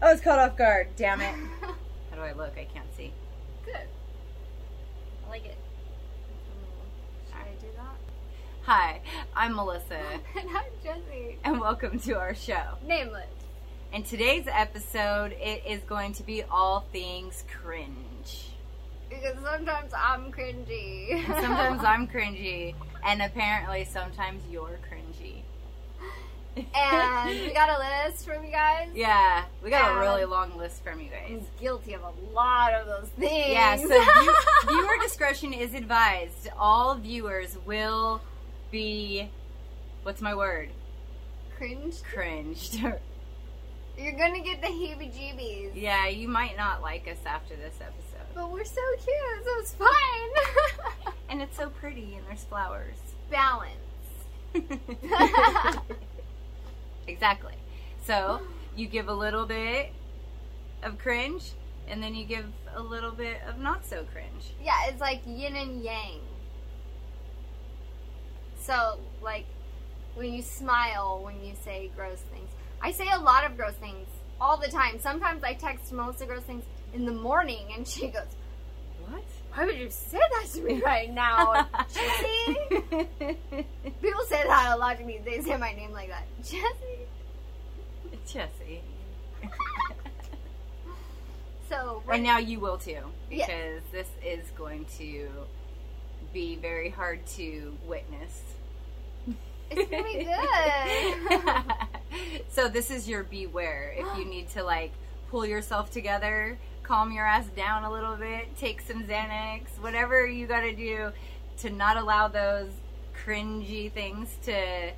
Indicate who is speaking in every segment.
Speaker 1: I was Oh, caught off guard. Damn it. How do I look? I can't see.
Speaker 2: Good. I like it. Should I do that?
Speaker 1: Hi, I'm Melissa,
Speaker 2: and I'm Jesse.
Speaker 1: and welcome to our show.
Speaker 2: Nameless.
Speaker 1: In today's episode, it is going to be all things cringe.
Speaker 2: Because sometimes I'm cringy.
Speaker 1: And sometimes I'm cringy, and apparently sometimes you're cringy.
Speaker 2: and we got a list from you guys.
Speaker 1: yeah, we got a
Speaker 2: And-
Speaker 1: really long list from you guys.
Speaker 2: I'm guilty of a lot of those things.
Speaker 1: Yeah, so view- viewer discretion is advised. All viewers will be, what's my word?
Speaker 2: cringe.
Speaker 1: Cringed.
Speaker 2: You're gonna get the heebie-jeebies.
Speaker 1: yeah, you might not like us after this episode.
Speaker 2: But we're so cute. So it's fun.
Speaker 1: And it's so pretty, and there's flowers.
Speaker 2: Balance.
Speaker 1: exactly. So you give a little bit of cringe, and then you give a little bit of not so cringe.
Speaker 2: Yeah, it's like yin and yang. So, like, when you smile, when you say gross things, I say a lot of gross things all the time. Sometimes I text Melissa gross things in the morning, and she goes,
Speaker 1: What?
Speaker 2: Why would you say that to me right
Speaker 1: Oh,
Speaker 2: now? Jesse? People say that a lot to me. They say my name like that. Jesse?
Speaker 1: Jesse.
Speaker 2: So,
Speaker 1: And now you will too,
Speaker 2: Yeah.
Speaker 1: because this is going to be very hard to witness.
Speaker 2: it's gonna be good.
Speaker 1: so this is your beware. If you need to like pull yourself together, calm your ass down a little bit, take some Xanax, whatever you got to do to not allow those cringy things to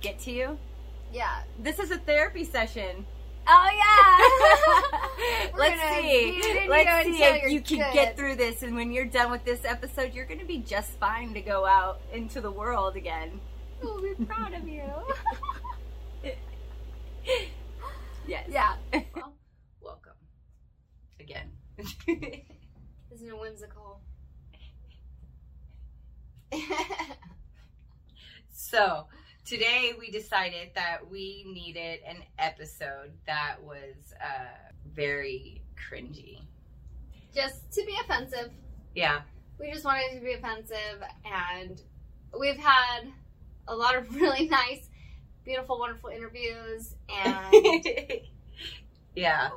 Speaker 1: get to you.
Speaker 2: yeah.
Speaker 1: This is a therapy session.
Speaker 2: Oh, yeah. We're
Speaker 1: Let's
Speaker 2: gonna
Speaker 1: see.
Speaker 2: beat it
Speaker 1: Let's
Speaker 2: until
Speaker 1: see if
Speaker 2: you're
Speaker 1: you can
Speaker 2: good.
Speaker 1: get through this. And when you're done with this episode, you're going to be just fine to go out into the world again.
Speaker 2: We'll be proud of you.
Speaker 1: Yes.
Speaker 2: yeah.
Speaker 1: Welcome. Again.
Speaker 2: Isn't it whimsical?
Speaker 1: so, today we decided that we needed an episode that was uh, very cringy.
Speaker 2: just to be offensive.
Speaker 1: Yeah.
Speaker 2: We just wanted to be offensive, and we've had a lot of really nice, beautiful, wonderful interviews, and
Speaker 1: yeah.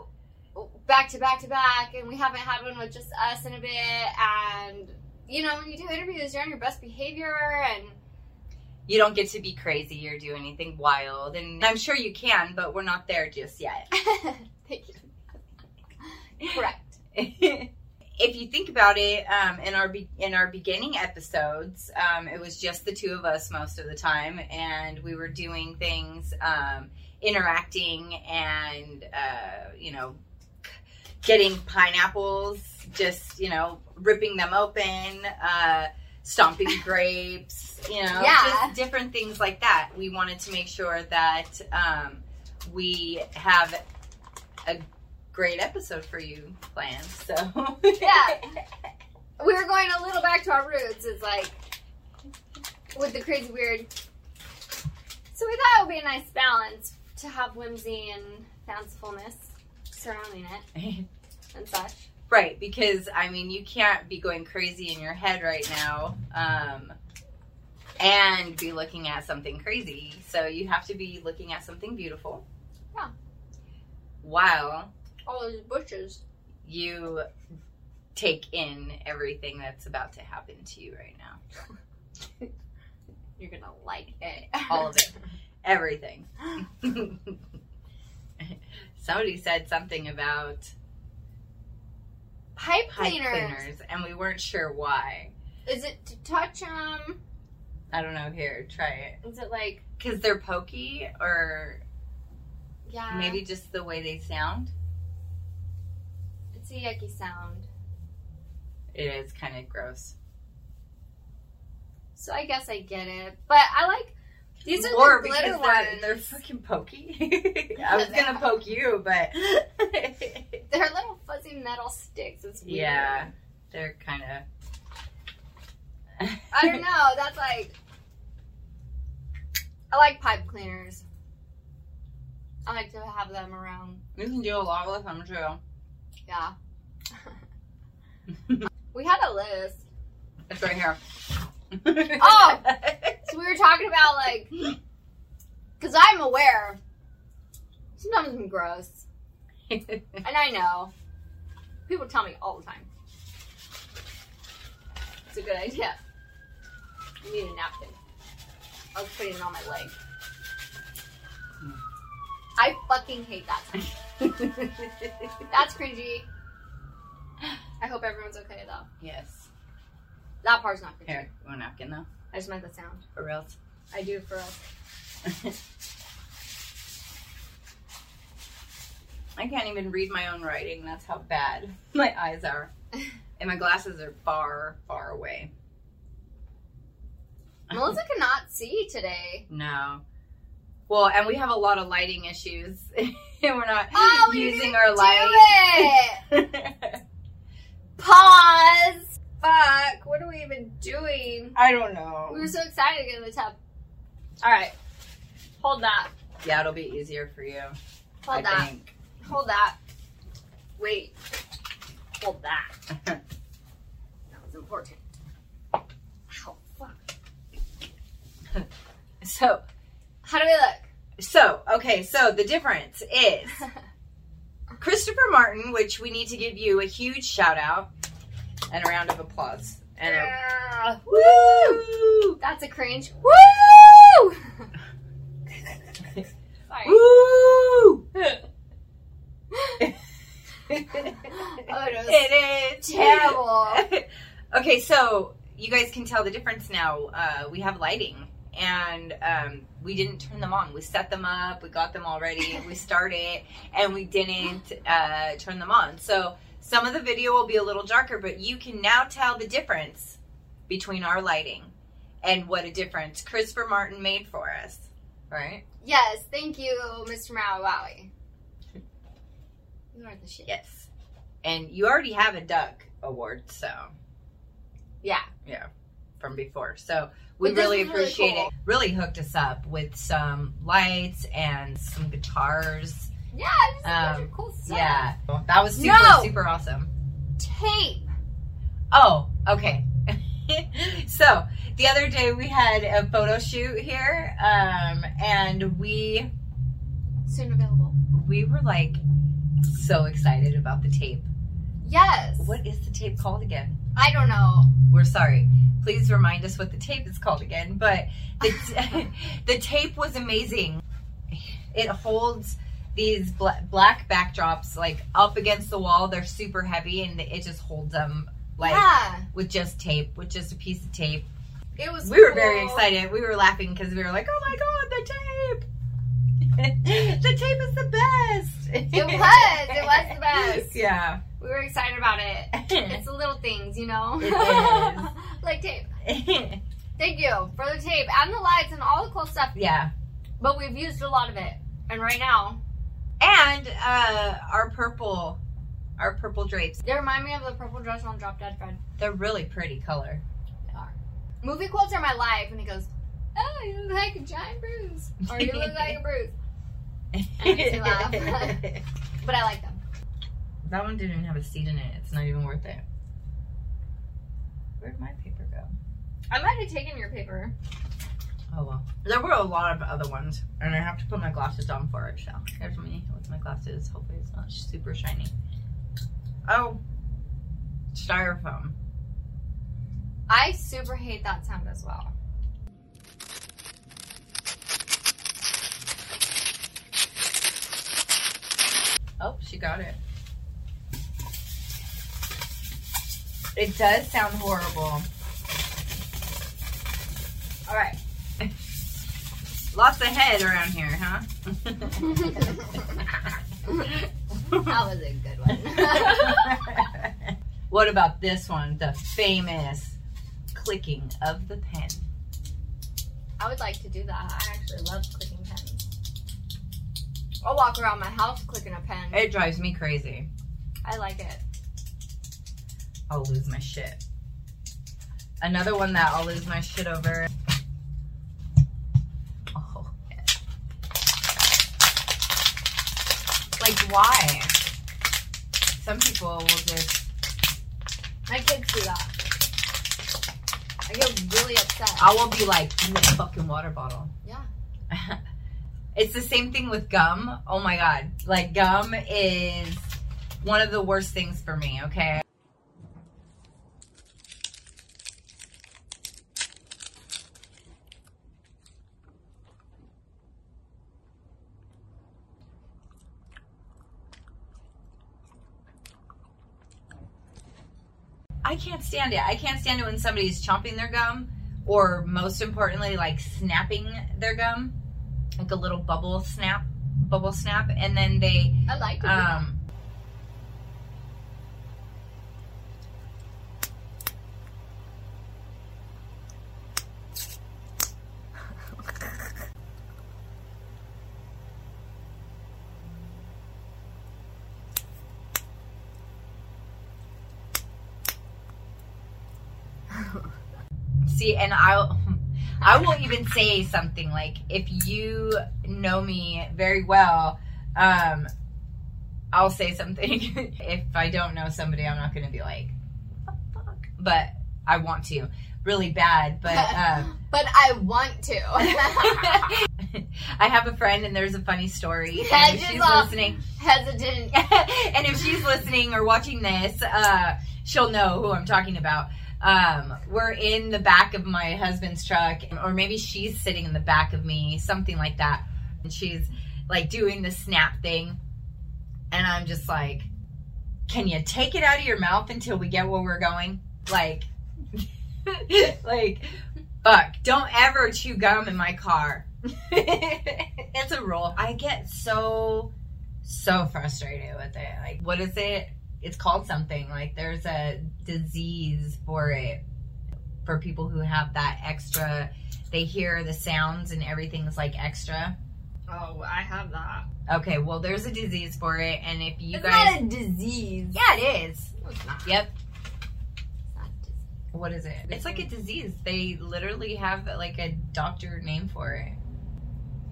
Speaker 2: back to back to back, and we haven't had one with just us in a bit, and. You know, when you do interviews, you're on your best behavior, and
Speaker 1: you don't get to be crazy or do anything wild and i'm sure you can but we're not there just yet
Speaker 2: thank you. Correct.
Speaker 1: if you think about it um, in our be- in our beginning episodes um, it was just the two of us most of the time and we were doing things um, interacting and uh, you know getting pineapples just you know ripping them open uh, stomping grapes you know
Speaker 2: Yeah.
Speaker 1: just different things like that we wanted to make sure that um, we have a great episode for you planned so
Speaker 2: Yeah. we were going a little back to our roots. It's like with the crazy weird. So we thought it would be a nice balance to have whimsy and fancifulness surrounding it and such.
Speaker 1: right because i mean you can't be going crazy in your head right now um, and be looking at something crazy so you have to be looking at something beautiful
Speaker 2: Yeah.
Speaker 1: while
Speaker 2: All those bushes.
Speaker 1: you take in everything that's about to happen to you right now
Speaker 2: You're gonna like it.
Speaker 1: all of it everything somebody said something about
Speaker 2: Pipe
Speaker 1: pipe
Speaker 2: cleaners.
Speaker 1: cleaners and we weren't sure why
Speaker 2: Is it to touch them?
Speaker 1: i don't know here try it
Speaker 2: Is it like
Speaker 1: because they're pokey or
Speaker 2: yeah?
Speaker 1: maybe just the way they sound
Speaker 2: it's a yucky sound.
Speaker 1: it is kind of gross
Speaker 2: So I guess I get it, but I like these are
Speaker 1: or
Speaker 2: the
Speaker 1: because
Speaker 2: glitter
Speaker 1: they're,
Speaker 2: ones.
Speaker 1: they're freaking pokey i was gonna poke you but
Speaker 2: They're little fuzzy metal sticks. It's weird.
Speaker 1: yeah they're kind of
Speaker 2: I don't know. That's like. I like pipe cleaners. I like to have them around.
Speaker 1: You can do a lot with them too.
Speaker 2: Yeah. we had a list.
Speaker 1: It's right here.
Speaker 2: Oh! So we were talking about like, because I'm aware. Sometimes I'm gross, and I know. People tell me all the time. It's a good idea. I need a napkin. I was putting it on my leg. I fucking hate that. Time. That's cringy. I hope everyone's okay though.
Speaker 1: yes.
Speaker 2: That part's not cringy.
Speaker 1: Here, you want a napkin though?
Speaker 2: I just meant the sound.
Speaker 1: For real?
Speaker 2: I do for us.
Speaker 1: I can't even read my own writing. That's how bad my eyes are. And my glasses are far, far away.
Speaker 2: Melissa cannot see today.
Speaker 1: No. Well, and we have a lot of lighting issues, and we're not
Speaker 2: Oh, we
Speaker 1: using
Speaker 2: didn't
Speaker 1: our
Speaker 2: do
Speaker 1: light.
Speaker 2: it. Pause. Fuck. What are we even doing?
Speaker 1: I don't know.
Speaker 2: We were so excited to get in the tub. All right. Hold that.
Speaker 1: yeah, it'll be easier for you.
Speaker 2: Hold
Speaker 1: I
Speaker 2: that.
Speaker 1: think.
Speaker 2: Hold that. Wait. Hold that. That was important. Ow, fuck.
Speaker 1: So,
Speaker 2: How do we
Speaker 1: so okay. So the difference is
Speaker 2: look?
Speaker 1: Christopher Martin, which we need to give you a huge shout out and a round of applause and a
Speaker 2: Ah,
Speaker 1: woo,
Speaker 2: That's a cringe. Woo! Sorry.
Speaker 1: woo.
Speaker 2: Oh, it was
Speaker 1: it is
Speaker 2: terrible.
Speaker 1: okay, so you guys can tell the difference now. Uh, we have lighting, and um, we didn't turn them on. We set them up. We got them all ready. we started, and we didn't uh, turn them on. So some of the video will be a little darker, but you can now tell the difference between our lighting and what a difference Christopher Martin made for us. Right?
Speaker 2: Yes, thank you, Mr. Maui Wowie. You are the shit.
Speaker 1: Yes. And you already have a duck award, so
Speaker 2: Yeah.
Speaker 1: yeah, from before. So we
Speaker 2: But this
Speaker 1: really
Speaker 2: is really
Speaker 1: appreciate
Speaker 2: cool.
Speaker 1: it. Really hooked us up with some lights and some guitars.
Speaker 2: Yeah, just a bunch of cool stuff.
Speaker 1: Um, Yeah, that was super
Speaker 2: No!
Speaker 1: super awesome.
Speaker 2: Tape.
Speaker 1: Oh, okay. so the other day we had a photo shoot here, um, and we
Speaker 2: Soon available.
Speaker 1: we were like so excited about the tape.
Speaker 2: Yes.
Speaker 1: What is the tape called again?
Speaker 2: I don't know.
Speaker 1: we're sorry. Please remind us what the tape is called again. But the, t- the tape was amazing. It holds these bla- black backdrops like up against the wall. They're super heavy, and it just holds them like
Speaker 2: yeah.
Speaker 1: with just tape, with just a piece of tape.
Speaker 2: It was
Speaker 1: We were very
Speaker 2: cool.
Speaker 1: excited. We were laughing because we were like, "Oh my god, the tape!" the tape is the best.
Speaker 2: It was. It was the best.
Speaker 1: Yeah.
Speaker 2: We were excited about it. It's the little things, you know?
Speaker 1: It is.
Speaker 2: like tape. Thank you for the tape and the lights and all the cool stuff.
Speaker 1: yeah.
Speaker 2: But we've used a lot of it. And right now,
Speaker 1: and uh, our purple our purple drapes
Speaker 2: they remind me of the purple dress on Drop Dead Fred.
Speaker 1: they're really pretty color
Speaker 2: Movie quotes are my life. And he goes, Oh, you look like a giant bruise. Or you look like a bruise. makes me laugh.
Speaker 1: that
Speaker 2: But I like them.
Speaker 1: one didn't even have a seed in it it's not even worth it where'd my paper go
Speaker 2: I might have taken your paper.
Speaker 1: oh well there were a lot of other ones and i have to put my glasses on for it so here's me with my glasses hopefully it's not super shiny oh styrofoam
Speaker 2: I super hate that sound as well.
Speaker 1: Oh, she got it. It does sound horrible. All right. Lots of head around here, huh?
Speaker 2: That was a good one.
Speaker 1: what about this one? The famous clicking of the pen.
Speaker 2: I would like to do that. I actually love clicking pens. I'll walk around my house clicking a pen.
Speaker 1: It drives me crazy.
Speaker 2: I like it.
Speaker 1: I'll lose my shit. Another one that I'll lose my shit over. Oh, yeah. Like, why? Some people will just.
Speaker 2: My kids do that. I get really upset.
Speaker 1: I will be like, give me a fucking water bottle.
Speaker 2: Yeah.
Speaker 1: it's the same thing with gum. Oh my god. Like, gum is one of the worst things for me, okay? I can't stand it. I can't stand it when somebody's chomping their gum or most importantly like snapping their gum. Like a little bubble snap, bubble snap and then they
Speaker 2: I like it.
Speaker 1: um See, and I, I will even say something like, if you know me very well, um, I'll say something. if I don't know somebody, I'm not going to be like, "What the fuck?" but I want to really bad. But um,
Speaker 2: but uh, I want to.
Speaker 1: I have a friend, and there's a funny story.
Speaker 2: Yeah,
Speaker 1: and if
Speaker 2: just
Speaker 1: she's
Speaker 2: laugh.
Speaker 1: listening,
Speaker 2: Hesitant.
Speaker 1: and if she's listening or watching this, uh, she'll know who I'm talking about. Um, we're in the back of my husband's truck, or maybe she's sitting in the back of me, something like that. And she's like doing the snap thing. And I'm just like, can you take it out of your mouth until we get where we're going? Like, like, fuck, don't ever chew gum in my car. it's a rule. I get so so frustrated with it. Like, what is it? It's called something. Like, there's a disease for it for people who have that extra. They hear the sounds and everything's like extra.
Speaker 2: Oh, I have that.
Speaker 1: Okay, well, there's a disease for it, and if you
Speaker 2: it's
Speaker 1: guys,
Speaker 2: not a disease.
Speaker 1: yeah, it is.
Speaker 2: No, it's not.
Speaker 1: Yep.
Speaker 2: It's not a disease.
Speaker 1: What is it? It's like a disease. They literally have like a doctor name for it.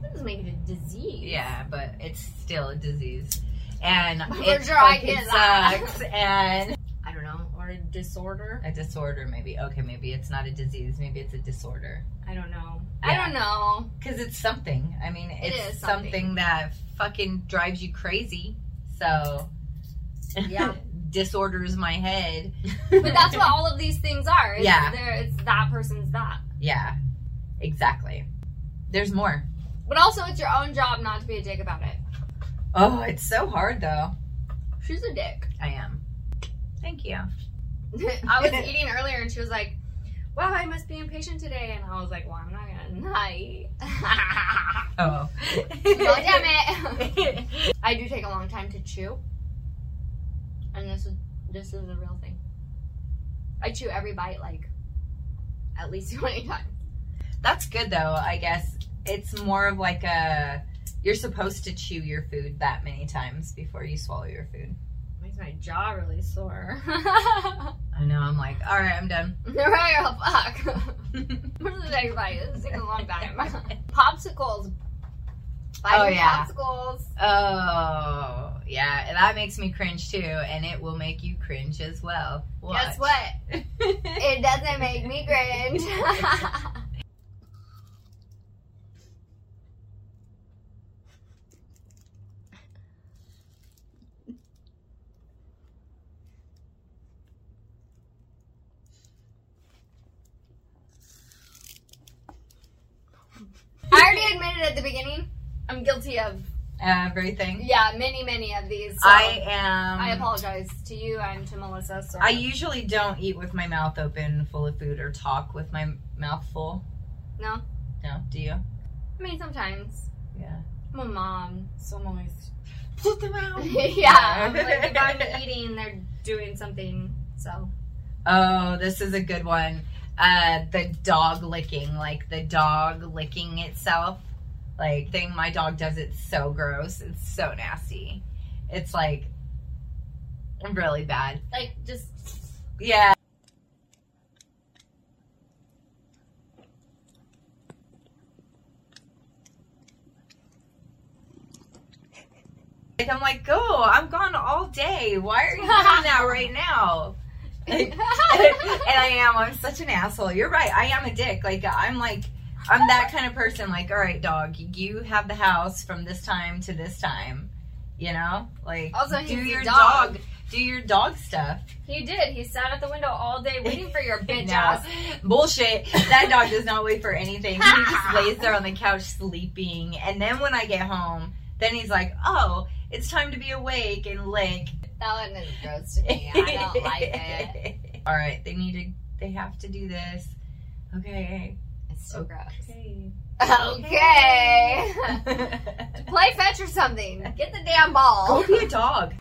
Speaker 2: That doesn't make it a disease.
Speaker 1: Yeah, but it's still a disease, and it
Speaker 2: Where's your idea
Speaker 1: fucking
Speaker 2: of that?
Speaker 1: sucks. And
Speaker 2: I don't know, or a disorder.
Speaker 1: A disorder, maybe. Okay, maybe it's not a disease. Maybe it's a disorder.
Speaker 2: I don't know. I
Speaker 1: Yeah.
Speaker 2: don't know.
Speaker 1: Because it's something. I mean,
Speaker 2: It
Speaker 1: it's
Speaker 2: is
Speaker 1: something.
Speaker 2: something.
Speaker 1: that fucking drives you crazy. So.
Speaker 2: Yeah.
Speaker 1: disorders my head.
Speaker 2: But that's what all of these things are. It's
Speaker 1: Yeah.
Speaker 2: There, it's that person's that.
Speaker 1: yeah, exactly. There's more.
Speaker 2: But also, it's your own job not to be a dick about it.
Speaker 1: Oh, it's so hard though.
Speaker 2: She's a dick.
Speaker 1: I am. Thank you.
Speaker 2: I was eating earlier and she was like, wow, I must be impatient today. And I was like, well, I'm not going to not eat. well,
Speaker 1: Oh.
Speaker 2: damn it. I do take a long time to chew. And this is this is a real thing. I chew every bite like at least 20 times.
Speaker 1: That's good though, I guess. It's more of like a you're supposed to chew your food that many times before you swallow your food.
Speaker 2: Makes my jaw really sore.
Speaker 1: I know, I'm like, all right, I'm done.
Speaker 2: right, oh fuck. What is everybody? This is taking a long time. popsicles. Buy
Speaker 1: Oh,
Speaker 2: me
Speaker 1: yeah.
Speaker 2: Popsicles.
Speaker 1: oh, yeah, and that makes me cringe too, and it will make you cringe as well.
Speaker 2: Guess what? It doesn't make me cringe. I already admitted at the beginning, I'm guilty of
Speaker 1: Everything.
Speaker 2: yeah, many, many of these. so
Speaker 1: I am.
Speaker 2: I apologize to you and to Melissa. So
Speaker 1: I usually don't eat with my mouth open full of food or talk with my mouth full.
Speaker 2: No.
Speaker 1: No, do you?
Speaker 2: I mean, sometimes.
Speaker 1: Yeah.
Speaker 2: I'm a mom, so I'm always.
Speaker 1: Flip them out.
Speaker 2: yeah. I'm like, if I'm eating, they're doing something. So.
Speaker 1: Oh, this is a good one. Uh, the dog licking, like the dog licking itself, like thing my dog does. It's so gross. It's so nasty. It's like really bad.
Speaker 2: Like, just.
Speaker 1: Yeah. Like I'm like, go day. Why are you doing that right now? and I am. I'm such an asshole. You're right. I am a dick. Like I'm like I'm that kind of person. Like, all right, dog, you have the house from this time to this time. You know, like
Speaker 2: Also, he's
Speaker 1: do
Speaker 2: a
Speaker 1: your
Speaker 2: dog.
Speaker 1: dog. do your dog stuff.
Speaker 2: He did. He sat at the window all day waiting for your bitch
Speaker 1: No.
Speaker 2: ass.
Speaker 1: Bullshit. That dog does not wait for anything. He just lays there on the couch sleeping. And then when I get home, then he's like, oh, it's time to be awake and lick.
Speaker 2: That one is gross to me. I don't like it.
Speaker 1: All right, they need to, they have to do this. Okay.
Speaker 2: It's so gross.
Speaker 1: Okay.
Speaker 2: Okay.
Speaker 1: Go
Speaker 2: Play fetch or something. Get the damn ball.
Speaker 1: be a dog.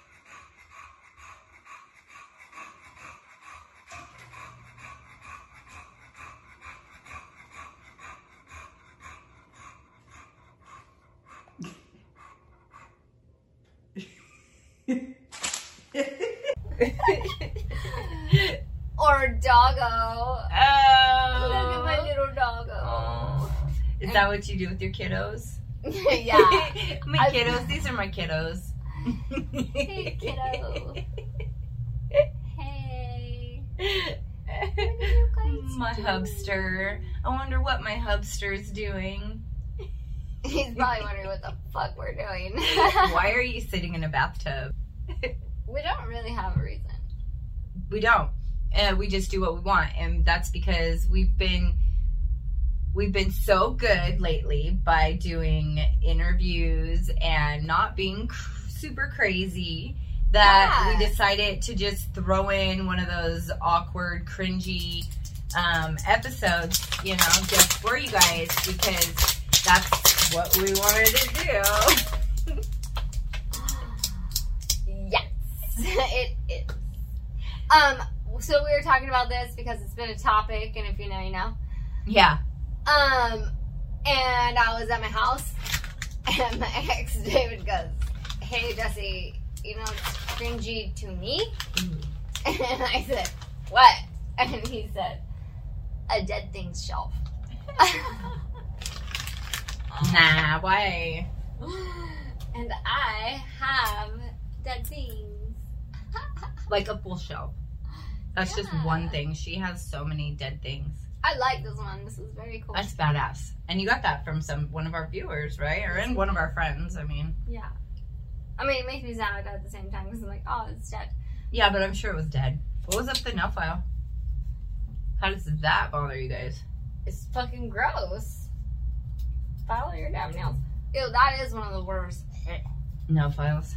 Speaker 2: Or doggo. Look at my
Speaker 1: Oh.
Speaker 2: little doggo.
Speaker 1: Oh. Is that what you do with your kiddos?
Speaker 2: yeah.
Speaker 1: my
Speaker 2: I-
Speaker 1: kiddos. These are my kiddos.
Speaker 2: Hey, kiddo. Hey. guys
Speaker 1: my
Speaker 2: doing?
Speaker 1: hubster. I wonder what my hubster's doing.
Speaker 2: He's probably wondering what the fuck we're doing.
Speaker 1: Why are you sitting in a bathtub?
Speaker 2: we don't really have a reason.
Speaker 1: We don't. Uh, we just do what we want, and that's because we've been we've been so good lately by doing interviews and not being cr- super crazy that we
Speaker 2: Yeah.
Speaker 1: decided to just throw in one of those awkward, cringy um, episodes, you know, just for you guys because that's what we wanted to do.
Speaker 2: Yes, it is. Um, so we were talking about this because it's been a topic, and if you know, you know.
Speaker 1: Yeah.
Speaker 2: Um, and I was at my house, and my ex David goes, "Hey, Jesse, you know, it's cringy to me." And I said, "What?" And he said, "A dead thing's shelf."
Speaker 1: Nah, why?
Speaker 2: and I have dead things.
Speaker 1: Like a full shelf. That's
Speaker 2: Yeah.
Speaker 1: just one thing. She has so many dead things.
Speaker 2: I like this one. This was very cool.
Speaker 1: That's badass. And you got that from some one of our viewers, right? Or in one of our friends. I mean,
Speaker 2: Yeah. I mean, it makes me sad at the same time because I'm like, oh, it's dead.
Speaker 1: yeah, but I'm sure it was dead. What was up the nail file? How does that bother you guys?
Speaker 2: It's fucking gross. Follow your damn nails. Ew, that is one of the worst.
Speaker 1: Nail files?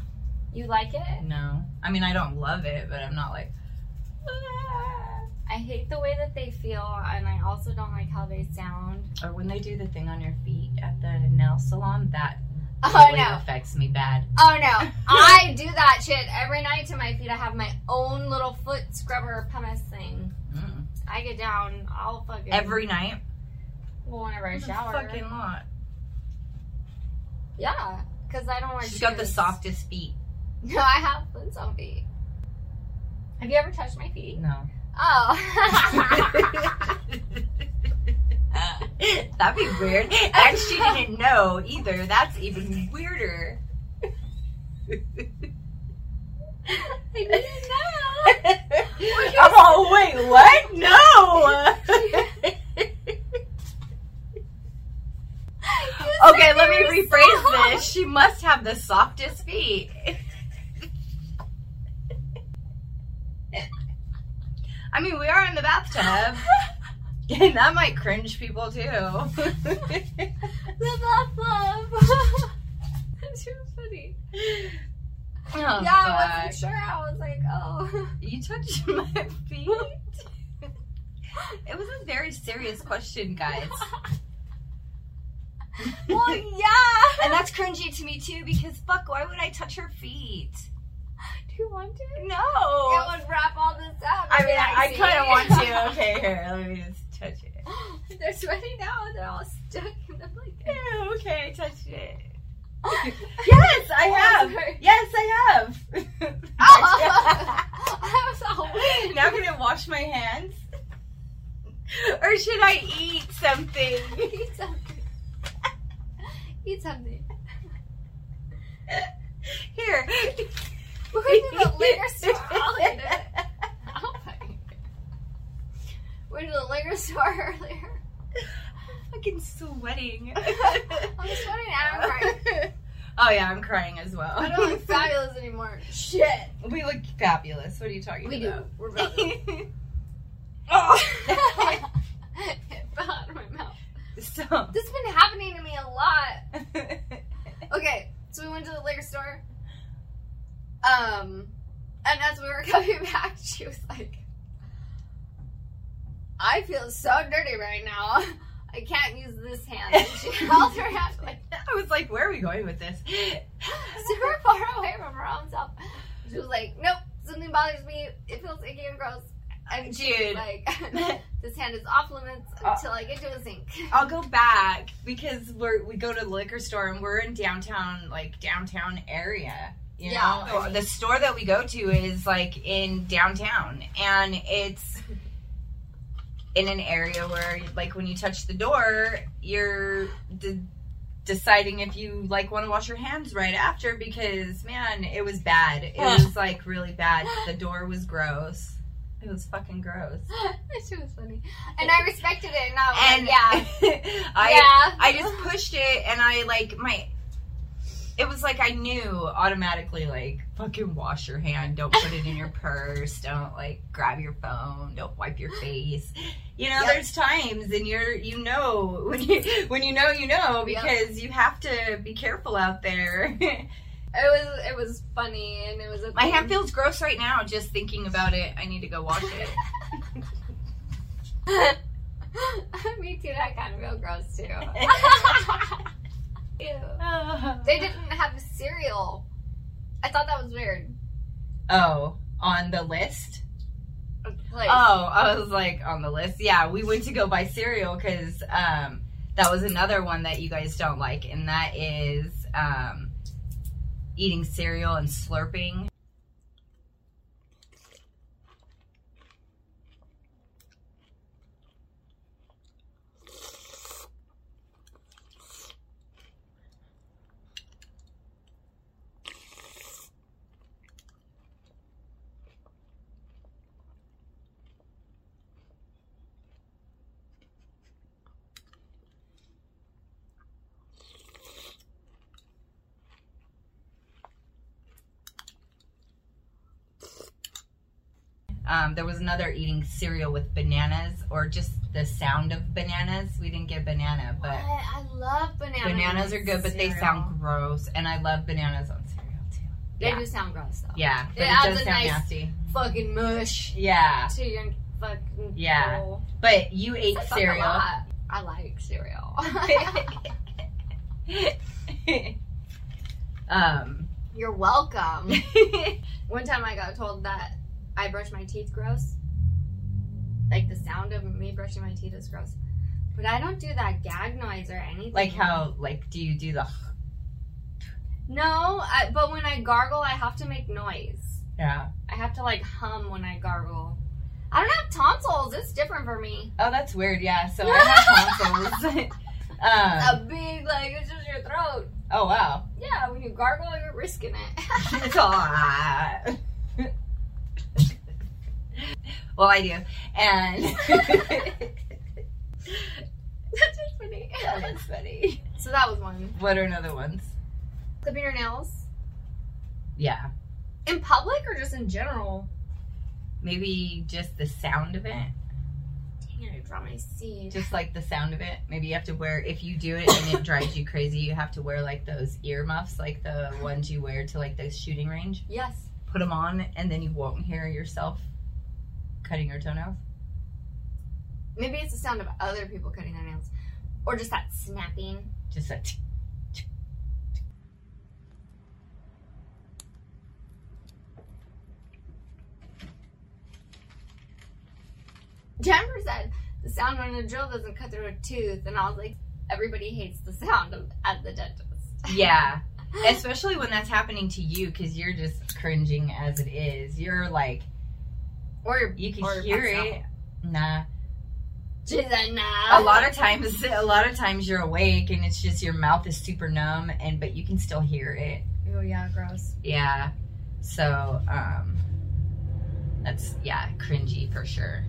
Speaker 2: You like it?
Speaker 1: No. I mean, I don't love it, but I'm not like.
Speaker 2: Ah. I hate the way that they feel, and I also don't like how they sound.
Speaker 1: Or when they do the thing on your feet at the nail salon, that
Speaker 2: Oh
Speaker 1: really
Speaker 2: no!
Speaker 1: affects me bad.
Speaker 2: Oh no! I do that shit every night to my feet. I have my own little foot scrubber pumice thing.
Speaker 1: Mm.
Speaker 2: I get down, I'll fucking
Speaker 1: Every night,
Speaker 2: well whenever I
Speaker 1: That's a
Speaker 2: shower.
Speaker 1: fucking lot.
Speaker 2: Yeah, because I don't wear.
Speaker 1: She's got the
Speaker 2: shoes.
Speaker 1: softest feet.
Speaker 2: No, I have Flintstone feet. Have you ever touched my feet?
Speaker 1: No.
Speaker 2: Oh.
Speaker 1: That'd be weird. And she didn't know either. That's even weirder.
Speaker 2: I didn't know.
Speaker 1: I'm all, wait, what? No! okay, let me rephrase this. She must have the softest feet. I mean, we are in the bathtub. And that might cringe people too. Oh,
Speaker 2: The bathtub. That's really funny.
Speaker 1: Oh,
Speaker 2: yeah, I
Speaker 1: fuck.
Speaker 2: wasn't sure. I was like, oh.
Speaker 1: You touched my feet? it was a very serious question, guys.
Speaker 2: well, yeah.
Speaker 1: and that's cringy to me too because fuck, why would I touch her feet?
Speaker 2: Do you want to? It
Speaker 1: No.
Speaker 2: would wrap all this up.
Speaker 1: I mean, I, I
Speaker 2: see.
Speaker 1: kind of want to. Okay, here, let me just touch it.
Speaker 2: They're sweaty now. They're all stuck in the blanket.
Speaker 1: Yeah, okay, I touched it.
Speaker 2: yeah.
Speaker 1: Yes, I have. Yes, I have.
Speaker 2: Oh. I was all weird.
Speaker 1: now can I wash my hands? Or should I eat something?
Speaker 2: Eat something. Eat something.
Speaker 1: Here.
Speaker 2: Where did the liquor store. Oh I'll eat it. I'll fucking Went to the liquor store earlier.
Speaker 1: Fucking sweating.
Speaker 2: I'm sweating and I'm crying.
Speaker 1: Oh yeah, I'm crying as well.
Speaker 2: I don't look fabulous anymore.
Speaker 1: Shit. We look fabulous. What are you talking
Speaker 2: We do.
Speaker 1: about?
Speaker 2: We're brothers.
Speaker 1: oh.
Speaker 2: it fell out of my mouth.
Speaker 1: so.
Speaker 2: This has been happening to me a lot. Okay, so we went to the liquor store. Um, and as we were coming back, she was like, I feel so dirty right now. I can't use this hand. And she held her hand like
Speaker 1: I was like, where are we going with this?
Speaker 2: super far away from her own self. She was like, Nope, something bothers me. It feels icky and gross. And she was
Speaker 1: Dude.
Speaker 2: like, This hand is off limits until I get to a sink.
Speaker 1: I'll go back because we're we go to the liquor store and we're in downtown like downtown area. You
Speaker 2: Yeah, Oh,
Speaker 1: know,
Speaker 2: I mean-
Speaker 1: the store that we go to is like in downtown, and it's in an area where, like, when you touch the door, you're de- deciding if you like want to wash your hands right after because man, it was bad. It was like really bad. The door was gross. It was fucking gross.
Speaker 2: she was funny. And I respected it. And I was
Speaker 1: And
Speaker 2: like, Oh, Yeah.
Speaker 1: I
Speaker 2: yeah.
Speaker 1: I just pushed it and I like my it was like I knew automatically like fucking wash your hand, don't put it in your purse, don't like grab your phone, don't wipe your face. You know,
Speaker 2: Yep.
Speaker 1: there's times and you're you know when you when you know you know
Speaker 2: Yep.
Speaker 1: because you have to be careful out there.
Speaker 2: It was it was funny and it was a
Speaker 1: my hand feels gross right now just thinking about it. I need to go wash it.
Speaker 2: Me too. That kind of feel gross too. Ew. They didn't have cereal. I thought that was weird.
Speaker 1: Oh, on the list?
Speaker 2: Like,
Speaker 1: Oh, I was like on the list. Yeah, we went to go buy cereal because um, that was another one that you guys don't like, and that is um, eating cereal and slurping. Um, there was another eating cereal with bananas, or just the sound of bananas. We didn't get banana,
Speaker 2: What?
Speaker 1: but
Speaker 2: I love bananas.
Speaker 1: bananas are good, but they
Speaker 2: Cereal.
Speaker 1: sound gross, and I love bananas on cereal too.
Speaker 2: They
Speaker 1: yeah.
Speaker 2: do sound gross though.
Speaker 1: Yeah, but
Speaker 2: It
Speaker 1: it,
Speaker 2: adds
Speaker 1: does
Speaker 2: a
Speaker 1: sound
Speaker 2: nice-
Speaker 1: nasty.
Speaker 2: Fucking mush
Speaker 1: Yeah,
Speaker 2: to your fucking
Speaker 1: Yeah.
Speaker 2: bowl.
Speaker 1: but you ate
Speaker 2: That's a
Speaker 1: cereal.
Speaker 2: lot. I like cereal.
Speaker 1: um.
Speaker 2: You're welcome. One time I got told that I brush my teeth gross. Like the sound of me brushing my teeth is gross. But I don't do that gag noise or anything.
Speaker 1: like how? Like, do you do the?
Speaker 2: No, I, but when I gargle, I have to make noise.
Speaker 1: Yeah.
Speaker 2: I have to like hum when I gargle. I don't have tonsils. It's different for me.
Speaker 1: Oh, that's weird. Yeah. So I have tonsils.
Speaker 2: A
Speaker 1: um,
Speaker 2: big like it's just your throat.
Speaker 1: oh wow.
Speaker 2: Yeah, when you gargle, you're risking it.
Speaker 1: It's all right. well, I do, and
Speaker 2: That's just funny.
Speaker 1: that was funny.
Speaker 2: So that was one.
Speaker 1: What are another ones?
Speaker 2: Clipping your nails
Speaker 1: Yeah.
Speaker 2: in public or just in general.
Speaker 1: Maybe just the sound of it.
Speaker 2: Dang it, I dropped my seed.
Speaker 1: Just like the sound of it. Maybe you have to wear if you do it and it drives you crazy, you have to wear like those earmuffs, like the ones you wear to like the shooting range.
Speaker 2: Yes.
Speaker 1: put them on and then you won't hear yourself cutting your toenails.
Speaker 2: Maybe it's the sound of other people cutting their nails. Or just that snapping.
Speaker 1: Just a t-
Speaker 2: Jennifer said the sound when a drill doesn't cut through a tooth, and I was like, everybody hates the sound of at the dentist.
Speaker 1: yeah, especially when that's happening to you because you're just cringing as it is. You're like
Speaker 2: Or your
Speaker 1: you can
Speaker 2: or your
Speaker 1: hear
Speaker 2: back
Speaker 1: it. Nah,
Speaker 2: She said, nah.
Speaker 1: a lot of times, a lot of times you're awake and it's just your mouth is super numb and but you can still hear it.
Speaker 2: Oh yeah, gross.
Speaker 1: Yeah. So um, that's yeah, cringy for sure.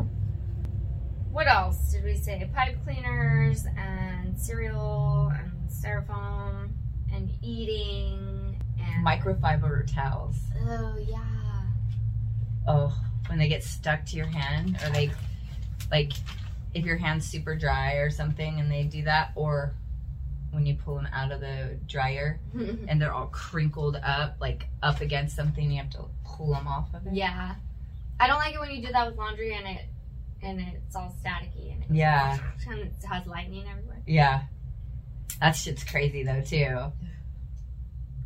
Speaker 2: What else did we say? Pipe cleaners and cereal and styrofoam and eating and
Speaker 1: Microfiber towels.
Speaker 2: Oh yeah.
Speaker 1: Oh, when they get stuck to your hand, or they like if your hand's super dry or something, and they do that, or when you pull them out of the dryer and they're all crinkled up, like up against something, you have to pull them off of it.
Speaker 2: yeah. I don't like it when you do that with laundry and it and it's all staticky and it,
Speaker 1: Yeah,
Speaker 2: and it has lightning everywhere.
Speaker 1: yeah. That shit's crazy though too.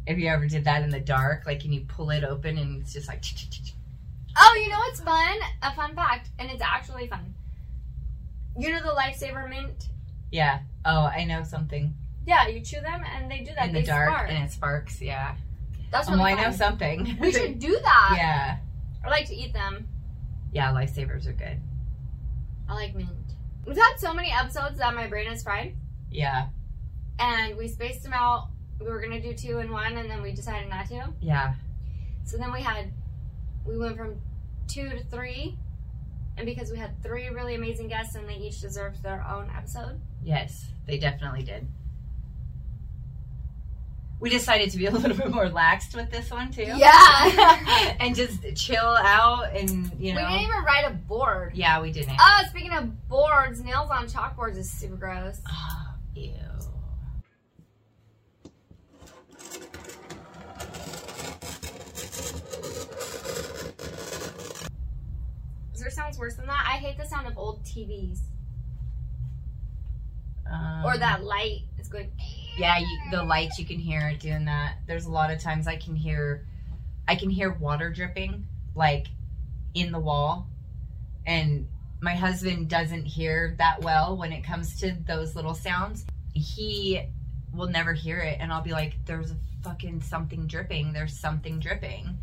Speaker 1: If you ever did that in the dark, like and you pull it open and it's just like
Speaker 2: Oh, you know what's fun? A fun fact, and it's actually fun. You know the lifesaver mint?
Speaker 1: Yeah. Oh, I know something.
Speaker 2: Yeah, you chew them and they do that.
Speaker 1: in the
Speaker 2: they
Speaker 1: dark
Speaker 2: spark.
Speaker 1: and it sparks, yeah.
Speaker 2: That's
Speaker 1: Oh,
Speaker 2: really
Speaker 1: I know
Speaker 2: fun.
Speaker 1: something.
Speaker 2: We should do that.
Speaker 1: yeah.
Speaker 2: I like to eat them.
Speaker 1: Yeah, lifesavers are good.
Speaker 2: I like mint. We've had so many episodes that my brain is fried,
Speaker 1: Yeah.
Speaker 2: and we spaced them out. We were gonna do two and one, and then we decided not to.
Speaker 1: Yeah.
Speaker 2: So then we had, we went from two to three, and because we had three really amazing guests, and they each deserved their own episode.
Speaker 1: Yes, they definitely did. We decided to be a little bit more laxed with this one too.
Speaker 2: Yeah.
Speaker 1: and just chill out and you
Speaker 2: We didn't
Speaker 1: know
Speaker 2: even write a board.
Speaker 1: Yeah, we didn't.
Speaker 2: Oh, speaking of boards, nails on chalkboards is super gross.
Speaker 1: Oh, ew.
Speaker 2: Is there sounds worse than that? I hate the sound of old TVs
Speaker 1: Um,
Speaker 2: or that light is going.
Speaker 1: yeah you, the lights you can hear it doing that there's a lot of times i can hear i can hear water dripping like in the wall and my husband doesn't hear that well when it comes to those little sounds he will never hear it and i'll be like there's a fucking something dripping there's something dripping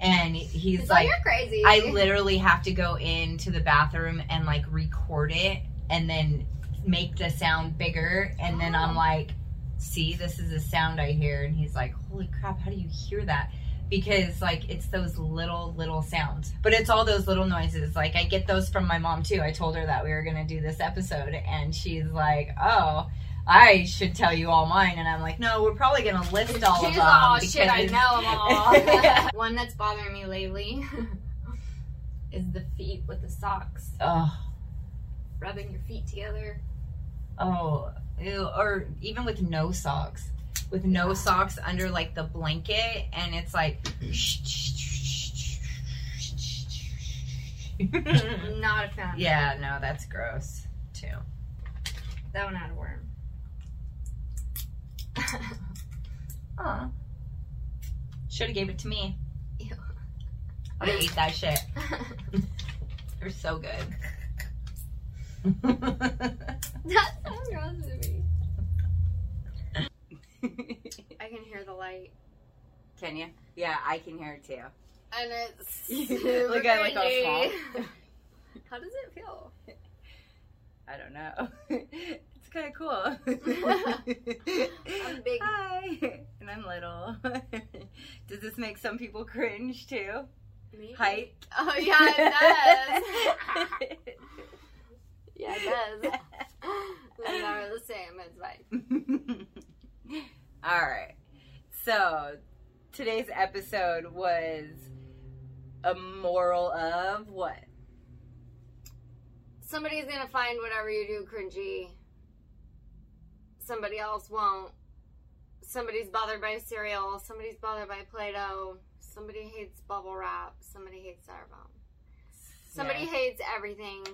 Speaker 1: and he's
Speaker 2: He's like,
Speaker 1: like
Speaker 2: you're crazy.
Speaker 1: I literally have to go into the bathroom and like record it and then make the sound bigger. And then I'm
Speaker 2: Oh.
Speaker 1: like, see, this is a sound I hear. And he's like, holy crap, how do you hear that? Because like it's those little, little sounds, but it's all those little noises. Like I get those from my mom too. I told her that we were going to do this episode and she's like, oh. I should tell you all mine, and I'm like, no, we're probably gonna list all
Speaker 2: She's
Speaker 1: of them.
Speaker 2: all, shit, I
Speaker 1: because-
Speaker 2: know them all. One that's bothering me lately is the feet with the socks,
Speaker 1: Ugh.
Speaker 2: rubbing your feet together.
Speaker 1: Oh, ew, or even with no socks, with no
Speaker 2: Yeah.
Speaker 1: socks under like the blanket, and it's like.
Speaker 2: I'm not a fan.
Speaker 1: yeah, no, that's gross too.
Speaker 2: That one had a worm.
Speaker 1: Oh, should have gave it to me.
Speaker 2: Ew.
Speaker 1: I would ate that shit. They're so good.
Speaker 2: that's so gross to me. I can hear the light.
Speaker 1: can you? Yeah, I can hear it too.
Speaker 2: And it's
Speaker 1: Look at it, like, all
Speaker 2: cringy.
Speaker 1: small.
Speaker 2: How does it feel?
Speaker 1: I don't know. it's kind of cool.
Speaker 2: I'm big.
Speaker 1: Hi. And I'm little. Does this make some people cringe too?
Speaker 2: Maybe.
Speaker 1: Height.
Speaker 2: Oh yeah, it does. yeah, it does. They are the same. It's fine.
Speaker 1: All right. So today's episode was a moral of what?
Speaker 2: Somebody's gonna find whatever you do cringy. Somebody else won't. Somebody's bothered by cereal. Somebody's bothered by Play-Doh. Somebody hates bubble wrap. Somebody hates styrofoam. Somebody
Speaker 1: Yeah.
Speaker 2: hates everything.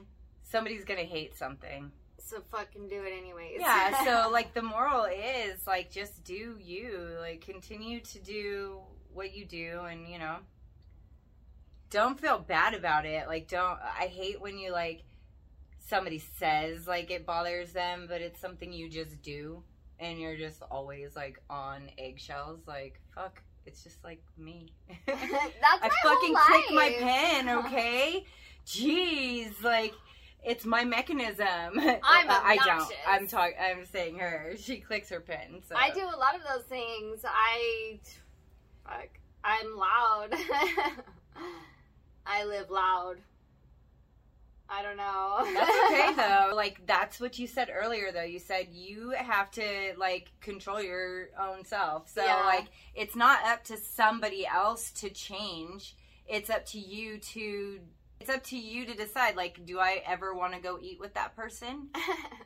Speaker 1: Somebody's gonna hate something.
Speaker 2: So fucking do it anyways.
Speaker 1: Yeah, so like the moral is like just do you, like continue to do what you do and you know don't feel bad about it. Like don't I hate when you like somebody says like it bothers them, but it's something you just do and you're just always like on eggshells like fuck, it's just like me.
Speaker 2: that's my
Speaker 1: I
Speaker 2: whole
Speaker 1: fucking click my
Speaker 2: life.
Speaker 1: pen, okay? Jeez, like it's my mechanism. Uh,
Speaker 2: I'm
Speaker 1: I don't.
Speaker 2: obnoxious.
Speaker 1: I'm talking. I'm saying her. She clicks her pen. So
Speaker 2: I do a lot of those things. I fuck. I'm loud. I live loud. I don't know.
Speaker 1: That's okay though. Like that's what you said earlier though. You said you have to like control your own self. So
Speaker 2: Yeah.
Speaker 1: like it's not up to somebody else to change. It's up to you to it's up to you to decide like do I ever want to go eat with that person?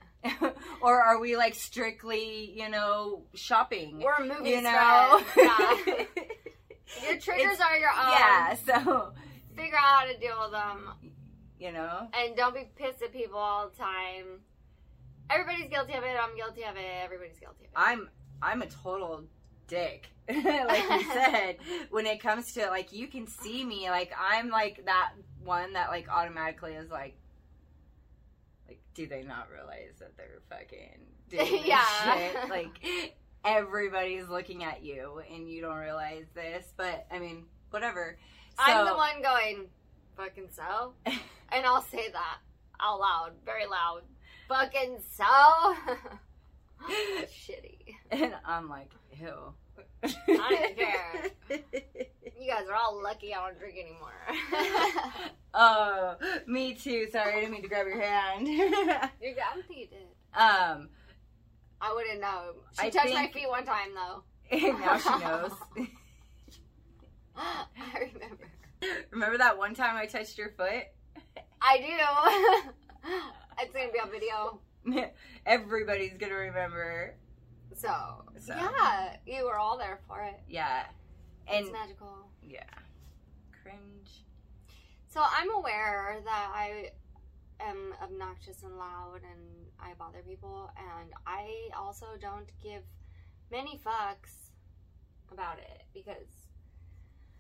Speaker 1: or are we like strictly, you know, shopping?
Speaker 2: We're movie
Speaker 1: you know.
Speaker 2: stars. Yeah. Um, Your triggers are your own.
Speaker 1: yeah, so
Speaker 2: Figure out how to deal with them.
Speaker 1: you know.
Speaker 2: And don't be pissed at people all the time. Everybody's guilty of it. I'm guilty of it. Everybody's guilty of it.
Speaker 1: I'm I'm a total dick. like you said, when it comes to like you can see me, like I'm like that one that like automatically is like like do they not realize that they're fucking doing this
Speaker 2: Yeah.
Speaker 1: shit? Like everybody's looking at you and you don't realize this, but I mean, whatever. So
Speaker 2: I'm the one going, fucking so. and I'll say that out loud, very loud. Fucking so. Shitty.
Speaker 1: and I'm like, ew.
Speaker 2: I
Speaker 1: don't care.
Speaker 2: You guys are all lucky I don't drink anymore.
Speaker 1: Oh, me too. Sorry, I didn't mean to grab your hand.
Speaker 2: You're, I don't think you did.
Speaker 1: um,
Speaker 2: I wouldn't know. She
Speaker 1: I
Speaker 2: touched my
Speaker 1: think-
Speaker 2: feet one time though.
Speaker 1: now she knows.
Speaker 2: I remember.
Speaker 1: Remember that one time I touched your foot?
Speaker 2: I do. it's gonna be on video.
Speaker 1: Everybody's gonna remember.
Speaker 2: So,
Speaker 1: So.
Speaker 2: yeah, you were all there for it.
Speaker 1: Yeah,
Speaker 2: It's
Speaker 1: and
Speaker 2: magical.
Speaker 1: yeah, cringe.
Speaker 2: So I'm aware that I am obnoxious and loud and I bother people, and I also don't give many fucks about it because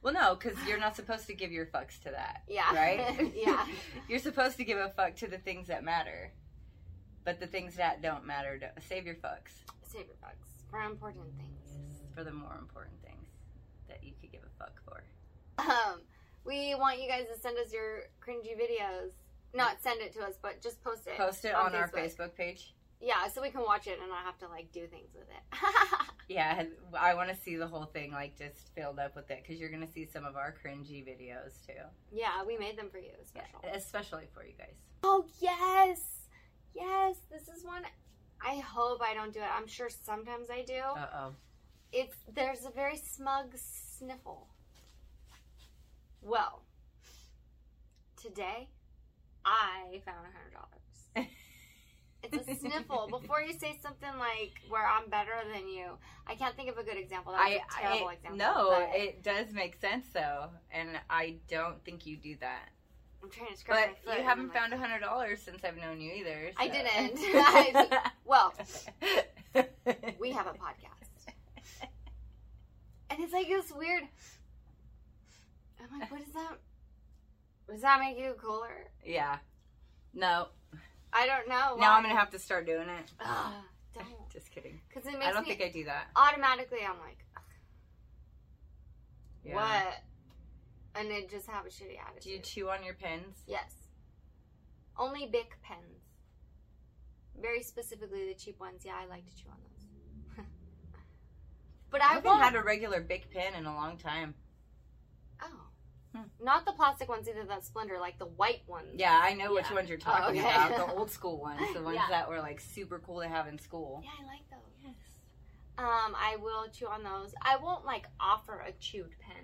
Speaker 1: Well, no, because you're not supposed to give your fucks to that,
Speaker 2: yeah,
Speaker 1: right?
Speaker 2: yeah,
Speaker 1: you're supposed to give a fuck to the things that matter, but the things that don't matter, don't, save your fucks
Speaker 2: save your fucks for important things.
Speaker 1: for the more important things that you could give a fuck for.
Speaker 2: Um, we want you guys to send us your cringy videos. Not send it to us, but just post it.
Speaker 1: Post it on our Facebook page.
Speaker 2: Yeah, so we can watch it and not have to like do things with it.
Speaker 1: Yeah, I want to see the whole thing like just filled up with it because you're gonna see some of our cringy videos too,
Speaker 2: yeah, we made them for you special.
Speaker 1: especially for you guys.
Speaker 2: Oh yes, yes. This is one. I hope I don't do it. I'm sure sometimes I do.
Speaker 1: Uh oh,
Speaker 2: It's there's a very smug sniffle. Well, today I found a hundred dollars. It's a sniffle. Before you say something like "where I'm better than you," I can't think of a good example. That's
Speaker 1: I,
Speaker 2: a terrible
Speaker 1: I-
Speaker 2: example.
Speaker 1: no,
Speaker 2: but
Speaker 1: it does make sense though, and I don't think you do that.
Speaker 2: I'm trying to scratch
Speaker 1: But
Speaker 2: my foot
Speaker 1: you
Speaker 2: and
Speaker 1: haven't
Speaker 2: I'm like,
Speaker 1: found a hundred dollars since I've known you either.
Speaker 2: I
Speaker 1: so.
Speaker 2: didn't. I- Well, we have a podcast. And it's like this weird. I'm like, what is that? Does that make you cooler?
Speaker 1: yeah. No.
Speaker 2: I don't know.
Speaker 1: Now I'm gonna have to start doing it.
Speaker 2: Ugh, don't.
Speaker 1: Just kidding.
Speaker 2: Because Ah, it makes
Speaker 1: I don't
Speaker 2: me
Speaker 1: think I do that.
Speaker 2: automatically. I'm like,
Speaker 1: Yeah.
Speaker 2: what? And then just have a shitty attitude.
Speaker 1: Do you chew on your pins?
Speaker 2: yes. Only Bic pens. Very specifically, the cheap ones. Yeah, I like to chew on those. but
Speaker 1: I
Speaker 2: I,
Speaker 1: haven't
Speaker 2: won't.
Speaker 1: had a regular big pin in a long time.
Speaker 2: oh.
Speaker 1: Hmm.
Speaker 2: Not the plastic ones either. That Splendor, like the white ones.
Speaker 1: Yeah, I know which
Speaker 2: Yeah.
Speaker 1: ones you're talking
Speaker 2: okay.
Speaker 1: about. The old school ones, the ones
Speaker 2: Yeah.
Speaker 1: that were like super cool to have in school.
Speaker 2: Yeah, I like those.
Speaker 1: Yes.
Speaker 2: Um, I will chew on those. I won't like offer a chewed pen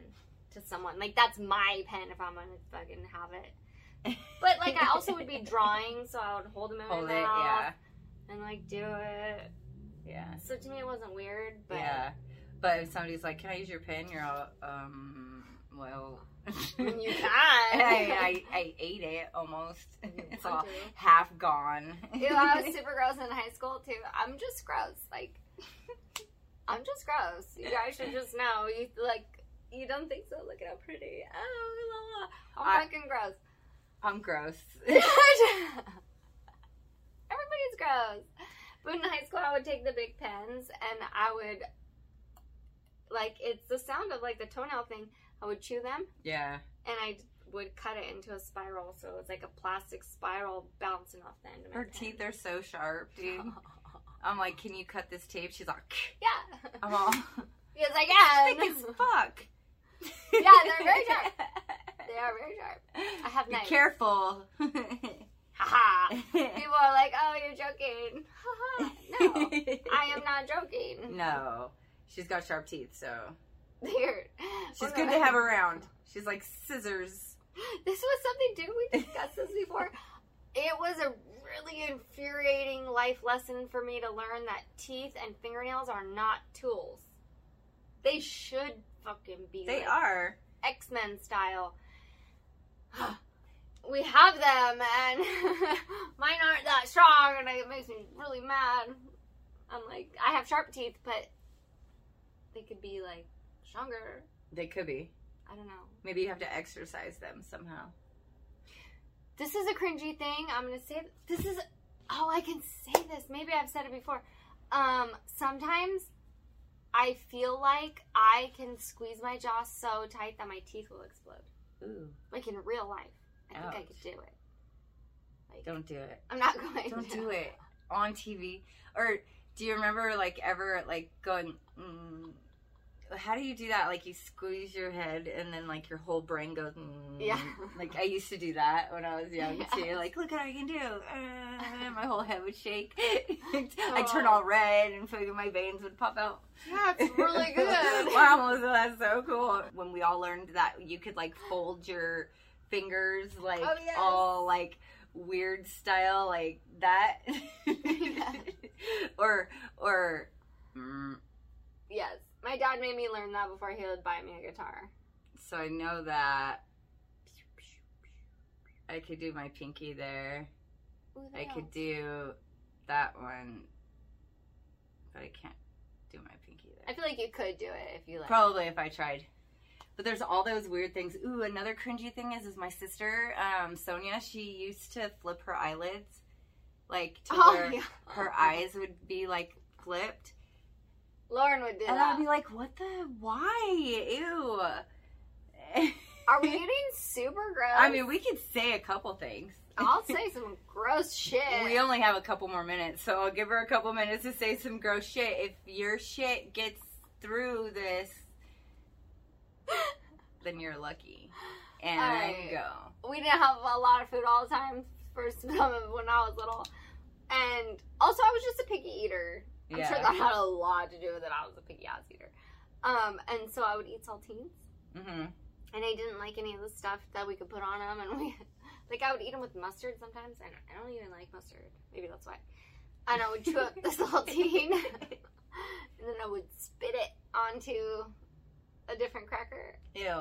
Speaker 2: to someone. Like that's my pen if I'm gonna fucking have it. But like I also would be drawing, so I would hold them in
Speaker 1: Hold it,
Speaker 2: my mouth
Speaker 1: Oh, yeah,
Speaker 2: and like do it.
Speaker 1: yeah,
Speaker 2: So to me, it wasn't weird, but
Speaker 1: yeah. But if somebody's like, "Can I use your pen?" You're all, um, well,
Speaker 2: you can.
Speaker 1: I, I, I ate it almost. It's all
Speaker 2: want to.
Speaker 1: half gone.
Speaker 2: Ew, I was super gross in high school too. I'm just gross. Like I'm just gross. You guys should just know. You like you don't think so? Look at how pretty. Oh, la, la. I'm
Speaker 1: I-
Speaker 2: fucking gross.
Speaker 1: I'm gross.
Speaker 2: Everybody's gross. But in high school, I would take the big pens and I would, like, it's the sound of like the toenail thing. I would chew them
Speaker 1: yeah,
Speaker 2: and I would cut it into a spiral, so it was like a plastic spiral bouncing off the end of my
Speaker 1: her
Speaker 2: pen.
Speaker 1: teeth are so sharp, dude. I'm like, "Can you cut this tape?" She's like,
Speaker 2: yeah.
Speaker 1: "I'm all
Speaker 2: Yes, I
Speaker 1: thick as
Speaker 2: can.
Speaker 1: fuck."
Speaker 2: Yeah, they're very dark. They are very sharp. I have
Speaker 1: Be
Speaker 2: knives.
Speaker 1: careful.
Speaker 2: Haha. People are like, oh, you're joking. Haha. no, I am not joking.
Speaker 1: No, she's got sharp teeth, so
Speaker 2: Weird.
Speaker 1: she's good to have around. She's like scissors.
Speaker 2: This was something, did we discuss this before? It was a really infuriating life lesson for me to learn that teeth and fingernails are not tools. They should fucking be.
Speaker 1: They
Speaker 2: like
Speaker 1: are.
Speaker 2: X Men style. we have them, and mine aren't that strong, and it makes me really mad. I'm like, I have sharp teeth, but they could be like stronger.
Speaker 1: They could be.
Speaker 2: I don't know.
Speaker 1: Maybe you have to exercise them somehow.
Speaker 2: This is a cringy thing. I'm gonna say th- this is. Oh, I can say this. Maybe I've said it before. Um, sometimes I feel like I can squeeze my jaw so tight that my teeth will explode.
Speaker 1: Ooh,
Speaker 2: like in real life. I think I could
Speaker 1: Ouch.
Speaker 2: do it. Like
Speaker 1: don't do it.
Speaker 2: I'm not going.
Speaker 1: Don't
Speaker 2: to.
Speaker 1: do it on TV. Or do you remember like ever like going? Mm, how do you do that? Like you squeeze your head and then like your whole brain goes. Mm.
Speaker 2: Yeah.
Speaker 1: Like I used to do that when I was young too.
Speaker 2: Yes.
Speaker 1: Like look what I can do. Uh, my whole head would shake. I turn all red and fucking my veins would pop out.
Speaker 2: That's really good.
Speaker 1: wow, was that so cool? When we all learned that you could like fold your fingers, like
Speaker 2: Oh, yes.
Speaker 1: all like weird style, like that,
Speaker 2: Yeah.
Speaker 1: or or mm,
Speaker 2: Yes, my dad made me learn that before he would buy me a guitar.
Speaker 1: so I know that I could do my pinky there.
Speaker 2: Ooh,
Speaker 1: I
Speaker 2: no.
Speaker 1: could do that one, but I can't do my pinky there.
Speaker 2: I feel like you could do it if you like.
Speaker 1: Probably if I tried. But there's all those weird things. Ooh, another cringy thing is is my sister, um, Sonia, she used to flip her eyelids. Like to
Speaker 2: oh
Speaker 1: where
Speaker 2: yeah.
Speaker 1: her eyes would be like flipped.
Speaker 2: Lauren would do
Speaker 1: And
Speaker 2: that.
Speaker 1: I'd be like, What the why? Ew.
Speaker 2: Are we getting super gross?
Speaker 1: I mean we could say a couple things.
Speaker 2: I'll say some gross shit.
Speaker 1: We only have a couple more minutes, so I'll give her a couple minutes to say some gross shit. If your shit gets through this, then you're lucky. And
Speaker 2: Alright.
Speaker 1: go.
Speaker 2: we didn't have a lot of food all the time for some of when I was little, and also I was just a picky eater. I'm sure that had a lot to do with it. I was a picky ass eater. Um, and so I would eat saltines,
Speaker 1: Mm-hmm.
Speaker 2: and I didn't like any of the stuff that we could put on them. And we, like, I would eat them with mustard sometimes, and I don't even like mustard. Maybe that's why. And I would chew up the saltine, and then I would spit it onto a different cracker,
Speaker 1: Ew.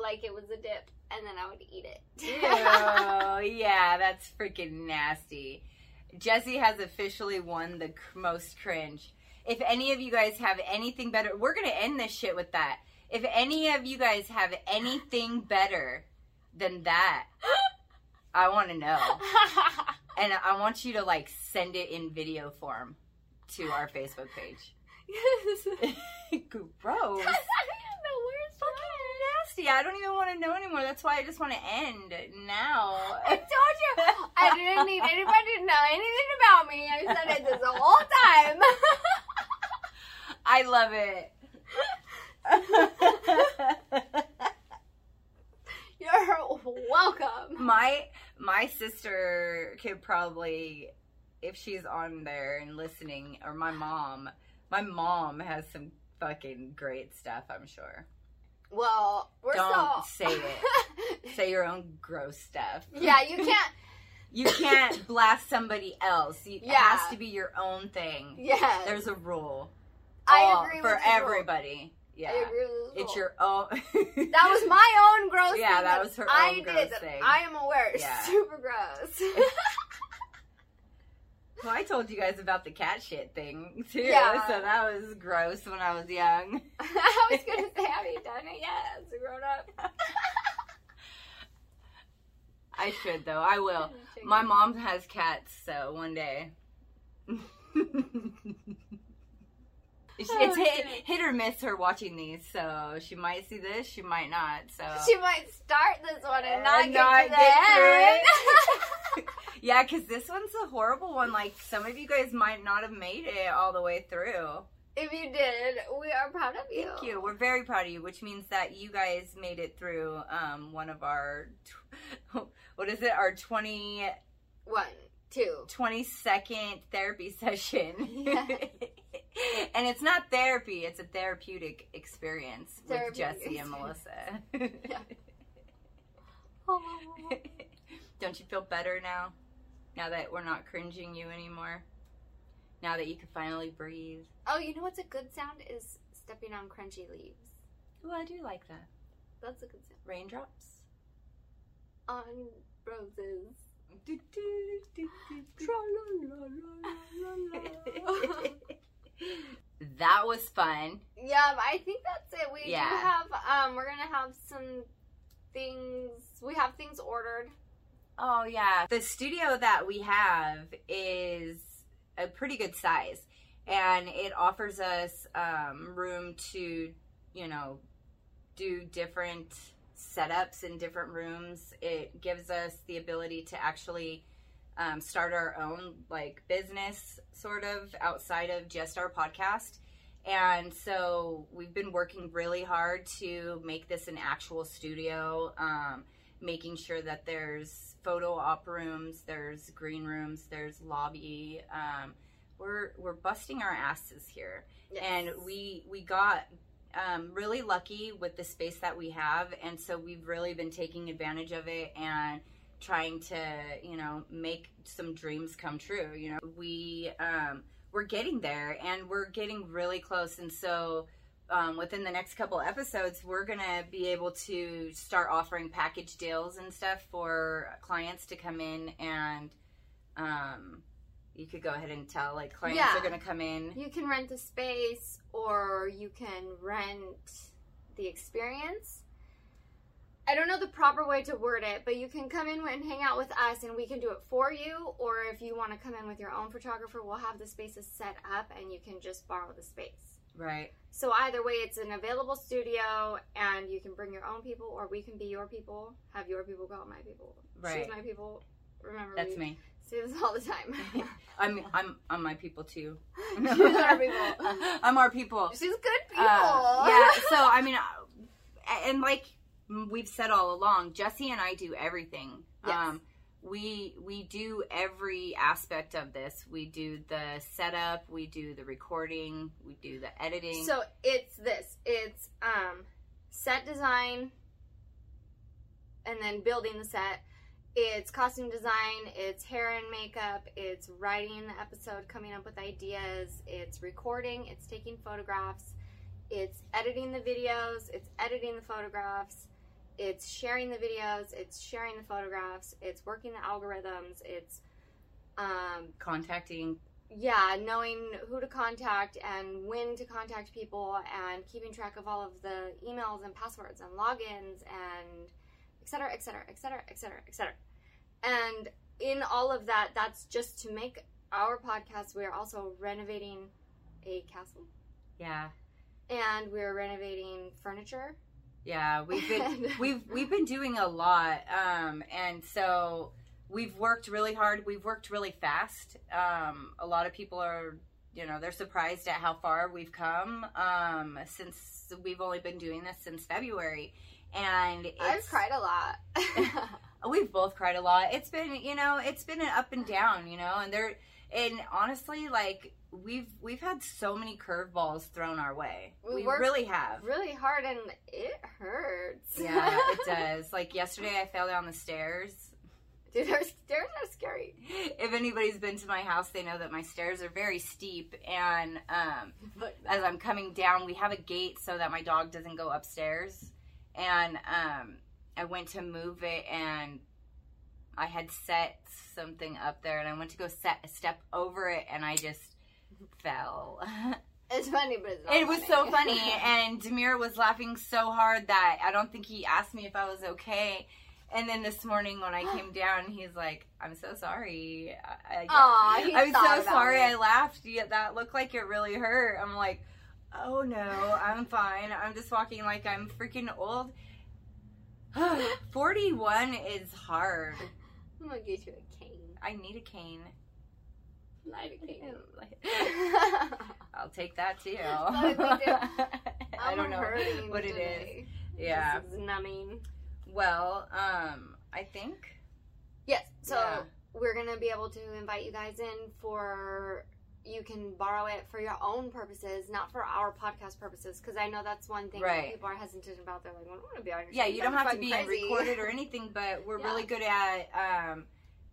Speaker 2: like it was a dip, and then I would eat it.
Speaker 1: Ew. yeah, that's freaking nasty. Jesse has officially won the cr- most cringe. If any of you guys have anything better, we're going to end this shit with that. If any of you guys have anything better than that, I want to know. And I want you to like send it in video form to our Facebook page.
Speaker 2: yes.
Speaker 1: Gross.
Speaker 2: That's the worst one.
Speaker 1: nasty. I don't even want to know anymore. That's why I just want to end now.
Speaker 2: I told you I didn't need anybody to know anything about me. I said it this the whole time.
Speaker 1: I love it.
Speaker 2: You're welcome.
Speaker 1: my my sister could probably if she's on there and listening or my mom. My mom has some fucking great stuff, I'm sure.
Speaker 2: Well, we're
Speaker 1: Don't say
Speaker 2: so
Speaker 1: it. Say your own gross stuff.
Speaker 2: yeah, you can't.
Speaker 1: You can't blast somebody else. You- It
Speaker 2: Yeah.
Speaker 1: has to be your own thing.
Speaker 2: Yeah,
Speaker 1: There's a rule. All-
Speaker 2: I agree
Speaker 1: for
Speaker 2: with you.
Speaker 1: everybody. Yeah.
Speaker 2: I agree with you.
Speaker 1: It's your own.
Speaker 2: That was my own gross.
Speaker 1: Yeah,
Speaker 2: thing
Speaker 1: that was her
Speaker 2: I
Speaker 1: own
Speaker 2: did
Speaker 1: gross
Speaker 2: that
Speaker 1: thing.
Speaker 2: I am aware. It's
Speaker 1: Yeah.
Speaker 2: super gross.
Speaker 1: Well, I told you guys about the cat shit thing too.
Speaker 2: Yeah.
Speaker 1: So that was gross when I was young.
Speaker 2: I was gonna say, have you done it yet? As a grown up.
Speaker 1: I should though. I will. My mom has cats, so one day. It's,
Speaker 2: Oh,
Speaker 1: it's hit,
Speaker 2: shit.
Speaker 1: hit or miss her watching these, so she might see this, she might not. So
Speaker 2: She might start this one and not
Speaker 1: And
Speaker 2: get
Speaker 1: uh, not
Speaker 2: to the
Speaker 1: get through
Speaker 2: end.
Speaker 1: yeah, because this one's a horrible one. Like some of you guys might not have made it all the way through.
Speaker 2: If you did, we are proud of you.
Speaker 1: Thank you. We're very proud of you, which means that you guys made it through um, one of our, tw- what is it, our 20,
Speaker 2: One, two.
Speaker 1: 20 second therapy session.
Speaker 2: Yeah.
Speaker 1: and it's not therapy, it's a therapeutic experience with
Speaker 2: Therapeutic
Speaker 1: Jesse and Melissa. Oh. Don't you feel better now? Now that we're not cringing you anymore? Now that you can finally breathe?
Speaker 2: Oh, you know what's a good sound is stepping on crunchy leaves.
Speaker 1: Well, I do like that.
Speaker 2: That's a good sound.
Speaker 1: Raindrops.
Speaker 2: On roses.
Speaker 1: that was fun.
Speaker 2: Yeah, but I think that's it. We
Speaker 1: Yeah.
Speaker 2: do have um we're gonna have some things we have things ordered.
Speaker 1: Oh yeah. The studio that we have is a pretty good size and it offers us um, room to, you know, do different setups in different rooms. It gives us the ability to actually um, start our own like business sort of outside of just our podcast. And so we've been working really hard to make this an actual studio. Um, making sure that there's photo op rooms, there's green rooms, there's lobby. Um, we're we're busting our asses here, and we we got um, really lucky with the space that we have, and so we've really been taking advantage of it and trying to you know make some dreams come true. You know, we um, we're getting there, and we're getting really close, and so um, within the next couple episodes, we're going to be able to start offering package deals and stuff for clients to come in and um, you could go ahead and tell like clients
Speaker 2: Yeah.
Speaker 1: are going to come in.
Speaker 2: You can rent the space or you can rent the experience. I don't know the proper way to word it, but you can come in and hang out with us and we can do it for you. Or if you want to come in with your own photographer, we'll have the spaces set up and you can just borrow the space.
Speaker 1: Right.
Speaker 2: So either way, it's an available studio and you can bring your own people or we can be your people, have your people go, my people.
Speaker 1: Right.
Speaker 2: She's my people. Remember,
Speaker 1: That's
Speaker 2: we
Speaker 1: me.
Speaker 2: say this all the time.
Speaker 1: I'm I'm I'm my people too.
Speaker 2: She's our people.
Speaker 1: I'm our people.
Speaker 2: She's good people.
Speaker 1: Uh, yeah. So I mean, uh, and like we've said all along, Jesse and I do everything. Um,
Speaker 2: Yes.
Speaker 1: we we do every aspect of this. We do the setup, we do the recording, we do the editing.
Speaker 2: So it's this. It's um set design and then building the set. It's costume design, it's hair and makeup, it's writing the episode, coming up with ideas, it's recording, it's taking photographs, it's editing the videos, it's editing the photographs, it's sharing the videos, it's sharing the photographs, it's working the algorithms, it's um,
Speaker 1: contacting
Speaker 2: yeah, knowing who to contact and when to contact people and keeping track of all of the emails and passwords and logins and et cetera, et cetera, et cetera, et cetera, et cetera. And in all of that, that's just to make our podcast. We are also renovating a castle
Speaker 1: yeah.
Speaker 2: and we're renovating furniture.
Speaker 1: Yeah, we've been we've we've been doing a lot, um, and so we've worked really hard. We've worked really fast. Um, a lot of people are, you know, they're surprised at how far we've come um, since we've only been doing this since February, and it's,
Speaker 2: I've cried a lot.
Speaker 1: We've both cried a lot. It's been, you know, it's been an up and down, you know, and there and honestly, like we've we've had so many curveballs thrown our way.
Speaker 2: We
Speaker 1: We,
Speaker 2: worked
Speaker 1: really have.
Speaker 2: really hard and it hurts.
Speaker 1: Yeah, it does. Like yesterday, I fell down the stairs.
Speaker 2: Dude, our stairs are scary.
Speaker 1: If anybody's been to my house, they know that my stairs are very steep. And um,
Speaker 2: But
Speaker 1: as I'm coming down, we have a gate so that my dog doesn't go upstairs. And um, I went to move it, and I had set something up there, and I went to go set a step over it, and I just fell.
Speaker 2: it's funny, but it's not
Speaker 1: It was so funny, and Demir was laughing so hard that I don't think he asked me if I was okay. And then this morning when I came down, he's like, "I'm so sorry. I,
Speaker 2: Aw, he
Speaker 1: I'm
Speaker 2: thought
Speaker 1: so
Speaker 2: about
Speaker 1: sorry.
Speaker 2: it.
Speaker 1: I laughed. Yeah, that looked like it really hurt." I'm like, "Oh no, I'm fine. I'm just walking like I'm freaking old." 41 is hard.
Speaker 2: I'm gonna get you a cane.
Speaker 1: I need a cane.
Speaker 2: Light a cake.
Speaker 1: I'll take that too.
Speaker 2: No, we did.
Speaker 1: I
Speaker 2: I'm
Speaker 1: don't know
Speaker 2: hurting
Speaker 1: what it is.
Speaker 2: today.
Speaker 1: Yeah.
Speaker 2: This is numbing.
Speaker 1: Well, um, I think
Speaker 2: Yes. So
Speaker 1: Yeah.
Speaker 2: we're gonna be able to invite you guys in for you can borrow it for your own purposes, not for our podcast purposes. Because I know that's one thing that
Speaker 1: Right.
Speaker 2: people are hesitant about. They're like, well, I don't want to be on your.
Speaker 1: yeah,
Speaker 2: show.
Speaker 1: you
Speaker 2: That's
Speaker 1: don't have to
Speaker 2: fucking
Speaker 1: be
Speaker 2: crazy.
Speaker 1: recorded or anything, but we're
Speaker 2: Yeah.
Speaker 1: really good at um,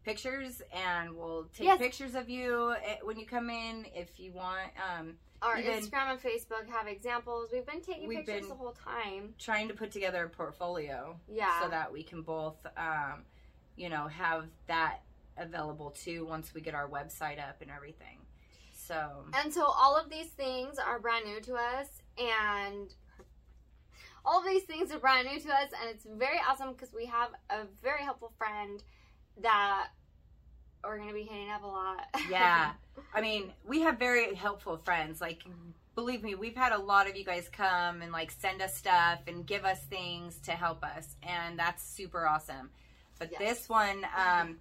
Speaker 1: pictures, and we'll take
Speaker 2: Yes.
Speaker 1: pictures of you eh, when you come in if you want. Um,
Speaker 2: Our
Speaker 1: even-
Speaker 2: Instagram and Facebook have examples. We've been taking
Speaker 1: We've
Speaker 2: pictures
Speaker 1: been-
Speaker 2: the whole time.
Speaker 1: trying to put together a portfolio
Speaker 2: Yeah.
Speaker 1: so that we can both, um, you know, have that available too once we get our website up and everything. So
Speaker 2: And so all of these things are brand new to us and all of these things are brand new to us and it's very awesome because we have a very helpful friend that we're gonna be hitting up a lot.
Speaker 1: yeah i mean we have very helpful friends like believe me we've had a lot of you guys come and like send us stuff and give us things to help us and that's super awesome but
Speaker 2: Yes.
Speaker 1: this one um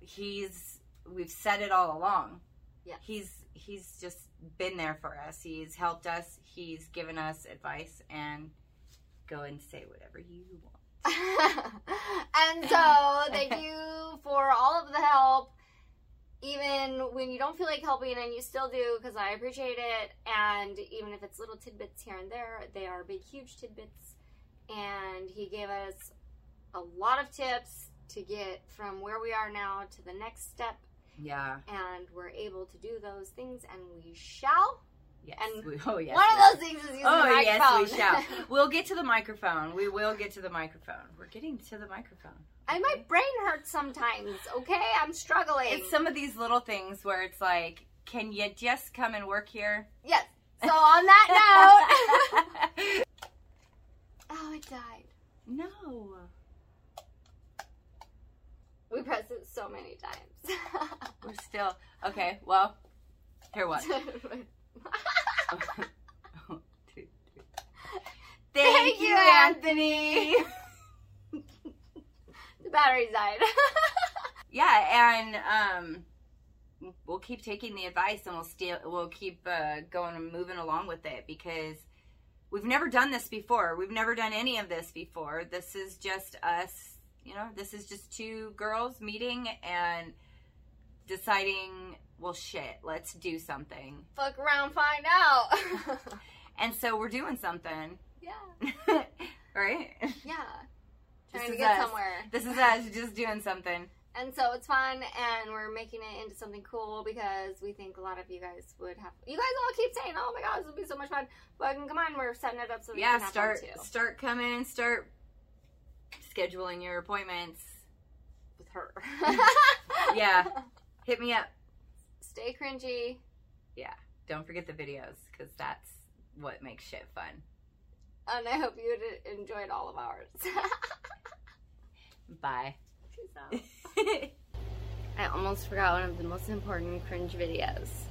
Speaker 1: he's we've said it all along
Speaker 2: Yes.
Speaker 1: he's he's just been there for us he's helped us he's given us advice and go and say whatever you want
Speaker 2: and so thank you for all of the help. Even when you don't feel like helping and you still do, because I appreciate it. And even if it's little tidbits here and there, they are big, huge tidbits. And he gave us a lot of tips to get from where we are now to the next step.
Speaker 1: yeah
Speaker 2: And we're able to do those things, and we shall.
Speaker 1: yes
Speaker 2: And
Speaker 1: we- oh yes
Speaker 2: One
Speaker 1: yes.
Speaker 2: of those things is using the
Speaker 1: Oh yes, we
Speaker 2: microphone.
Speaker 1: shall. We'll get to the microphone. We will get to the microphone. We're getting to the microphone.
Speaker 2: and my brain hurts sometimes, okay? I'm struggling.
Speaker 1: It's some of these little things where it's like, can you just come and work here?
Speaker 2: Yes. So on that note. oh, it died.
Speaker 1: no,
Speaker 2: We pressed it so many times.
Speaker 1: we're still okay. Well, here what? Oh,
Speaker 2: Thank you,
Speaker 1: Anthony.
Speaker 2: the battery died.
Speaker 1: yeah, and um, we'll keep taking the advice and we'll still we'll keep uh, going and moving along with it because we've never done this before. We've never done any of this before. This is just us, you know. This is just two girls meeting and deciding, well, shit, let's do something.
Speaker 2: Fuck around, find out.
Speaker 1: And so we're doing something,
Speaker 2: yeah.
Speaker 1: right?
Speaker 2: Yeah. Trying to
Speaker 1: is
Speaker 2: get
Speaker 1: us.
Speaker 2: somewhere.
Speaker 1: This is us just doing something.
Speaker 2: And so it's fun, and we're making it into something cool because we think a lot of you guys would have. You guys all keep saying, "Oh my god, this would be so much fun!" Fucking come on, we're setting it up so that you
Speaker 1: yeah
Speaker 2: can have
Speaker 1: start
Speaker 2: fun too.
Speaker 1: start coming start scheduling your appointments
Speaker 2: with her.
Speaker 1: Yeah. hit me up
Speaker 2: Stay cringy.
Speaker 1: don't forget the videos because that's what makes shit fun
Speaker 2: And I hope you d- enjoyed all of ours.
Speaker 1: bye
Speaker 2: Peace out. I almost forgot one of the most important cringe videos.